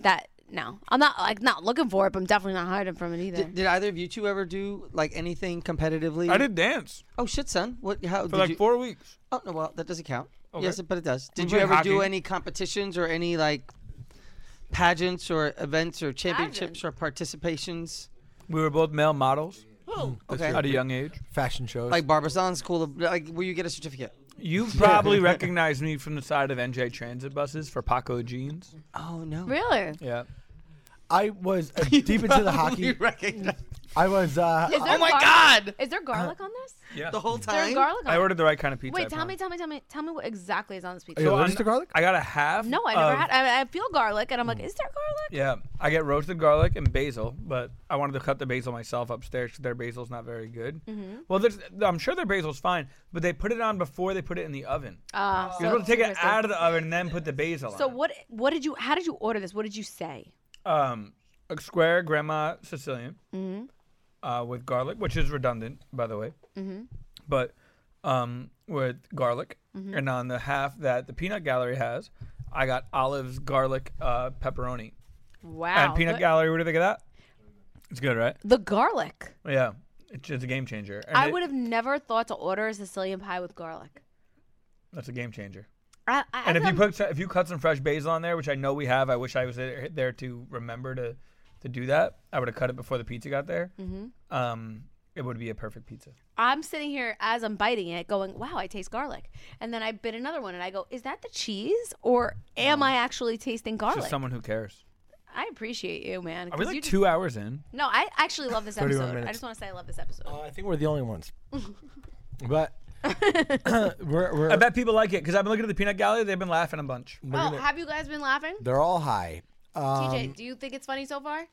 S2: that. No, I'm not like not looking for it, but I'm definitely not hiding from it either.
S5: Did, did either of you two ever do like anything competitively?
S3: I did dance
S5: Oh shit, son! What? How
S3: for
S5: did
S3: like
S5: you?
S3: four weeks.
S5: Oh no, well that doesn't count.
S3: Okay.
S5: Yes, but it does. Did you
S3: played
S5: ever do
S3: hockey.
S5: any competitions or any like pageants or events or championships or participations?
S3: We were both male models
S1: Hmm,
S5: Okay.
S3: at a young age.
S1: fashion shows,
S5: Like Barbizon School of like where you get a certificate.
S3: [laughs] You probably recognize me from the side of NJ Transit buses for Paco jeans.
S5: Oh no. [laughs]
S2: Really?
S3: Yeah.
S1: I was
S2: [laughs]
S1: uh, deep into the
S5: You
S1: hockey.
S5: recognize [laughs]
S1: I was. Uh,
S2: Is there
S5: Oh my
S2: gar-
S5: God!
S2: Is there garlic on this?
S3: Yeah.
S5: the whole
S2: Is there
S5: time.
S2: garlic on
S3: I
S2: this?
S3: ordered the right kind of pizza. I
S2: Wait, tell me,
S3: promise.
S2: tell me, tell me, tell me what exactly is on this pizza.
S1: Are you
S3: So
S1: allergic
S3: I'm-
S1: to garlic?
S3: I got a half.
S2: no, I never
S3: of-
S2: had. I, I feel garlic, and I'm like, is there garlic?
S3: Yeah, I get roasted garlic and basil, but I wanted to cut the basil myself upstairs 'cause their basil's not very good.
S2: Mm-hmm.
S3: Well, there's, I'm sure their basil's fine, but they put it on before they put it in the oven.
S2: Uh,
S3: You're
S2: so,
S3: supposed to take it out of the oven and then put the basil
S2: so
S3: on. it.
S2: what? What did you? How did you order this? What did you say?
S3: Um, a square grandma Sicilian
S2: Mm-hmm.
S3: uh, with garlic, which is redundant, by the way,
S2: Mm-hmm.
S3: but um, with garlic.
S2: Mm-hmm.
S3: And on the half that the peanut gallery has, I got olives, garlic, uh, pepperoni.
S2: Wow.
S3: and peanut
S2: the,
S3: gallery, where do they get that? It's good, right?
S2: the garlic.
S3: Yeah, it's, it's a game changer. And
S2: I
S3: it-
S2: would have never thought to order a Sicilian pie with garlic.
S3: That's a game changer.
S2: I, I,
S3: And
S2: I
S3: if you
S2: thought-
S3: put if you cut some fresh basil on there, which I know we have, I wish I was there, there to remember to to do that. I would have cut it before the pizza got there.
S2: Mm-hmm.
S3: Um, it would be a perfect pizza.
S2: I'm sitting here as I'm biting it, going, "Wow, I taste garlic," and then I bit another one, and I go, "Is that the cheese, or am I actually tasting
S3: It's
S2: garlic?"
S3: Just someone who cares.
S2: I appreciate you, man.
S3: Are we
S2: 'cause you
S3: like
S2: just-
S3: two hours in?
S2: No, I actually love this
S1: 31
S2: episode. I
S1: minutes.
S2: just want to say I love this episode.
S6: Uh,
S1: I think we're the only
S2: [laughs]
S1: ones. but [clears throat] we're, we're
S3: I bet people like it because I've been looking at the peanut gallery. They've been laughing a
S2: [laughs]
S3: bunch. [laughs]
S1: we're
S2: Oh,
S1: gonna-
S2: have you guys been laughing?
S1: they're all high.
S2: TJ, do you think it's funny so far?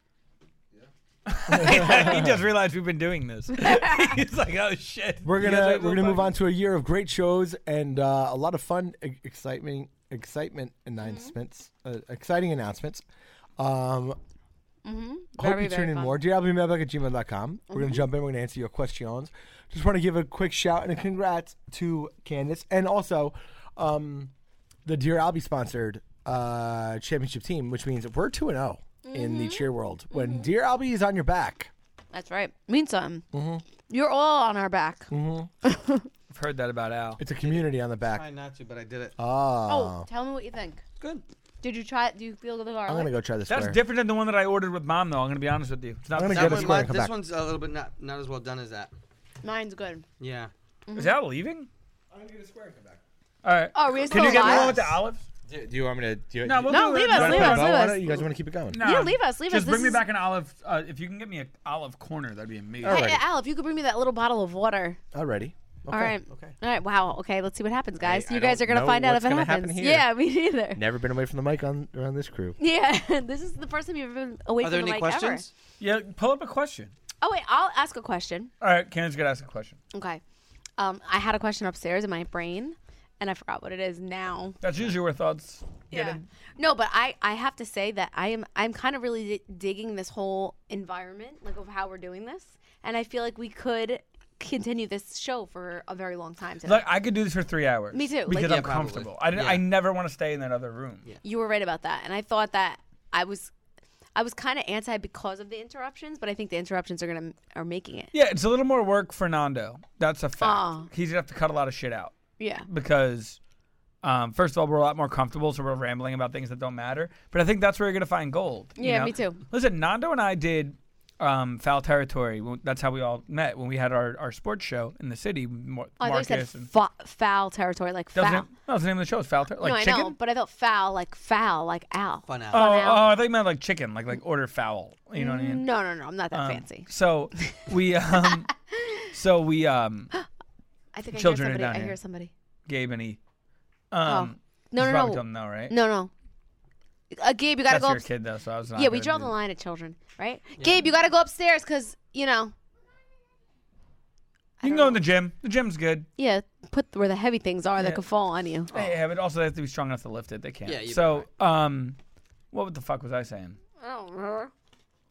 S3: he just realized we've been doing this. [laughs] He's like, oh shit.
S1: We're
S3: You guys
S1: gonna
S3: like
S1: we're gonna
S3: little
S1: move on to a year of great shows and uh, a lot of fun, e- excitement, excitement announcements,
S3: Mm-hmm.
S1: uh, exciting announcements. Um,
S3: Mm-hmm.
S1: Hope
S2: Very,
S1: you
S2: very
S1: tune in
S2: fun.
S1: more. GLBmailbag at gmail.com. We're going to jump in. We're going to answer your questions. Just want to give a quick shout and a congrats to Candace and also um, the Dear Albie sponsored uh, championship team, which means we're 2 and 0 in
S3: Mm-hmm.
S1: the cheer world. When Dear Albie is on your back,
S2: That's right. Means something. You're all on our back.
S3: I've heard that about Al.
S1: it's a community on the
S5: I
S1: back.
S5: not to, but I did it.
S2: Oh, tell me what you think.
S5: Good.
S2: Did you try? Do you feel the garlic?
S1: I'm going to go try this.
S3: That's
S1: square.
S3: different than the one that I ordered with mom, though. I'm gonna be honest with you. It's not
S1: I'm
S3: the
S1: gonna
S3: same
S1: get a
S5: one
S1: square
S5: might-
S1: and come
S5: this
S1: back.
S5: one's a little bit not not as well done as that.
S2: Mine's good.
S5: Yeah.
S3: Is Al leaving? I'm gonna get a square and come back. All right.
S2: Oh, are we
S3: Can
S2: still
S3: you get me one
S2: alive?
S3: with the olives?
S6: Do, do you want me to? Do you,
S3: No, we'll
S2: No,
S3: do it.
S2: leave us,
S3: You wanna
S2: leave
S3: put
S2: us,
S3: a bow
S2: leave
S3: on
S2: us.
S3: it?
S1: You guys want to keep it going?
S3: No.
S2: Yeah, leave us, leave us.
S3: Just bring
S2: This
S3: me
S2: is-
S3: back an olive. Uh, if you can get me an olive corner, that'd be amazing.
S2: Hey, Al, if you could bring me that little bottle of water.
S1: Already. Okay.
S2: All right. Okay. All right. Wow. Okay. Let's see what happens, guys.
S6: I
S2: you guys
S6: don't
S2: are gonna
S6: know
S2: find out
S6: what's
S2: if it
S6: gonna happen
S2: happens.
S6: here.
S2: Yeah, me neither.
S1: Never been away from the mic on around this crew.
S2: [laughs] Yeah, this is the first time you've ever been away
S5: Are
S2: from
S5: there
S2: the
S5: any
S2: mic
S5: questions?
S3: Yeah, pull up a question.
S2: ever. Oh wait, I'll ask a question.
S3: All right, Ken's gonna ask a question.
S2: Okay. Um, I had a question upstairs in my brain, and I forgot what it is now.
S3: That's usually where thoughts get in.
S2: No, but I I have to say that I am I'm kind of really di- digging this whole environment like of how we're doing this, and I feel like we could continue this show for a very long time. Today.
S3: Look, I could do this for three hours.
S2: Me too. Like-
S3: Because
S2: Yeah,
S3: I'm
S5: probably.
S3: comfortable. I, didn't- I never want to stay in that other room.
S2: you were right about that, and I thought that I was. I was kind of anti because of the interruptions, but I think the interruptions are gonna are making it.
S3: Yeah, it's a little more work for Nando. That's a fact.
S2: Aw.
S3: He's gonna have to cut a lot of shit out
S2: Yeah,
S3: because, um, first of all, we're a lot more comfortable, so we're rambling about things that don't matter. But I think that's where you're gonna find gold. you
S2: Yeah,
S3: know?
S2: me too.
S3: Listen, Nando and I did um, foul territory. Well, That's how we all met when we had our, our sports show in the city. Mar-
S2: oh, I thought you
S3: Marcus
S2: said
S3: and
S2: fou- foul territory, like
S3: that was,
S2: foul.
S3: the name, that was the name of the show. It's foul territory.
S2: no, I
S3: Like chicken.
S2: know, but I felt foul, like foul, like Al.
S5: Fun out.
S3: Oh,
S2: Fun out.
S3: oh, I thought you meant like chicken, like like order foul. You know what I mean?
S2: No, no, no, I'm not that
S3: Um,
S2: fancy.
S3: So we um so we um
S2: [laughs] I think I
S3: children
S2: hear
S3: are
S2: somebody.
S3: down
S2: I
S3: here.
S2: hear somebody.
S3: Gabe any. Um,
S2: No,
S3: you
S2: Oh. no,
S3: probably
S2: no.
S3: told him no, right?
S2: No, no. Uh, Gabe, you gotta
S3: That's
S2: go.
S3: your
S2: upst-
S3: kid though, so I was not.
S2: yeah, we
S3: gonna
S2: draw
S3: do
S2: the
S3: that.
S2: line at children, right? Gabe, you gotta go upstairs because you know.
S3: You can go in the gym. The gym's good.
S2: Yeah, put where the heavy things are that
S3: Yeah.
S2: could fall on you.
S3: They have it. Also, they have to be strong enough to lift it. They can't.
S5: Yeah, you'd be
S3: so, um, what the fuck was I saying?
S2: Oh,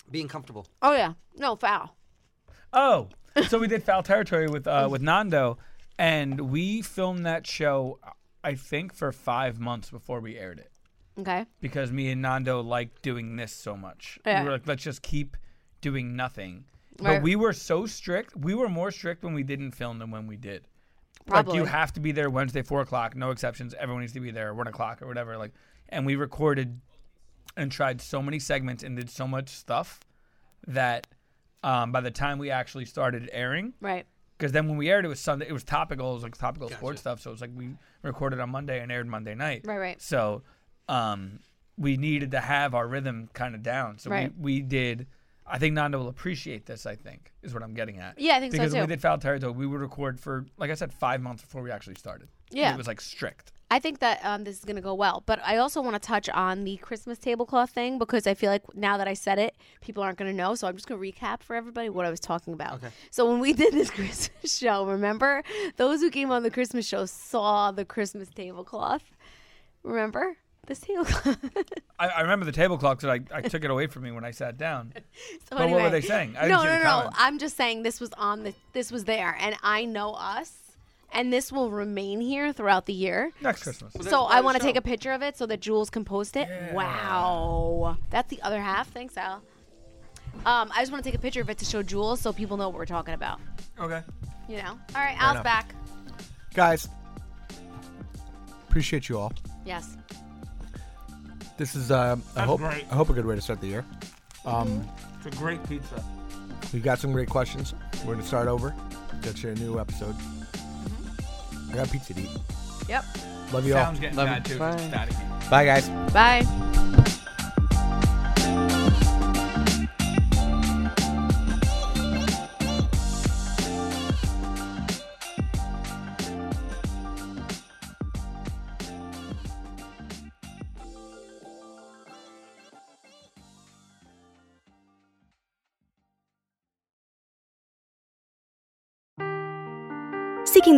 S5: Being comfortable.
S2: yeah, no foul.
S3: Oh, so we did foul territory with uh, with Nando, and we filmed that show. I think for five months before we aired it.
S2: Okay.
S3: because me and Nando liked doing this so much.
S2: Yeah.
S3: We were like, let's just keep doing nothing.
S2: Right.
S3: But we were so strict. We were more strict when we didn't film than when we did.
S2: Probably.
S3: Like you have to be there Wednesday four o'clock, no exceptions. Everyone needs to be there one o'clock or whatever. Like, and we recorded and tried so many segments and did so much stuff that um, by the time we actually started airing,
S2: right.
S3: because then when we aired, it was Sunday. It was topical. It was like topical sports stuff. So it was like we recorded on Monday and aired Monday night.
S2: Right, right.
S3: So um, we needed to have our rhythm kind of down. So
S2: Right.
S3: we, we did. I think Nando will appreciate this. I think is what I'm getting at.
S2: Yeah, I think so,
S3: because when
S2: too.
S3: we did foul territory, we would record for like I said, five months before we actually started.
S2: Yeah.
S3: it was like strict.
S2: I think that um, this is going to go well. But I also want to touch on the Christmas tablecloth thing because I feel like now that I said it, people aren't going to know. So I'm just going to recap for everybody what I was talking about. So when we [laughs] did this Christmas show, remember those who came on the Christmas show saw the Christmas tablecloth? Remember? This tablecloth. [laughs]
S3: I, I remember the tablecloth because I, I took it away from me when I
S2: [laughs]
S3: sat down.
S2: So
S3: But what were they saying? I didn't
S2: no,
S3: see
S2: no,
S3: the
S2: no,
S3: comments.
S2: I'm just saying this was on the this was there, and I know us, and this will remain here throughout the year.
S3: Next Christmas.
S2: So I want to take a picture of it so that Jules can post it. Wow, that's the other half. Thanks, Al. Um, I just want to take a picture of it to show Jules so people know what we're talking about.
S3: Okay.
S2: You know. All right, Al's
S6: enough.
S2: back.
S6: Guys, appreciate you all.
S2: Yes.
S6: This is, uh, I, hope,
S7: great.
S6: I hope, a good way to start the year. Um,
S7: It's a great pizza.
S6: We've got some great questions. We're going to start over. Get you a new episode. I got pizza to eat.
S2: Mm-hmm. Yep.
S6: Love you
S7: Sounds getting
S5: Love
S7: bad
S5: it.
S7: too.
S5: Bye.
S7: Just outta here.
S6: all. Bye, guys.
S2: Bye.
S8: Seeking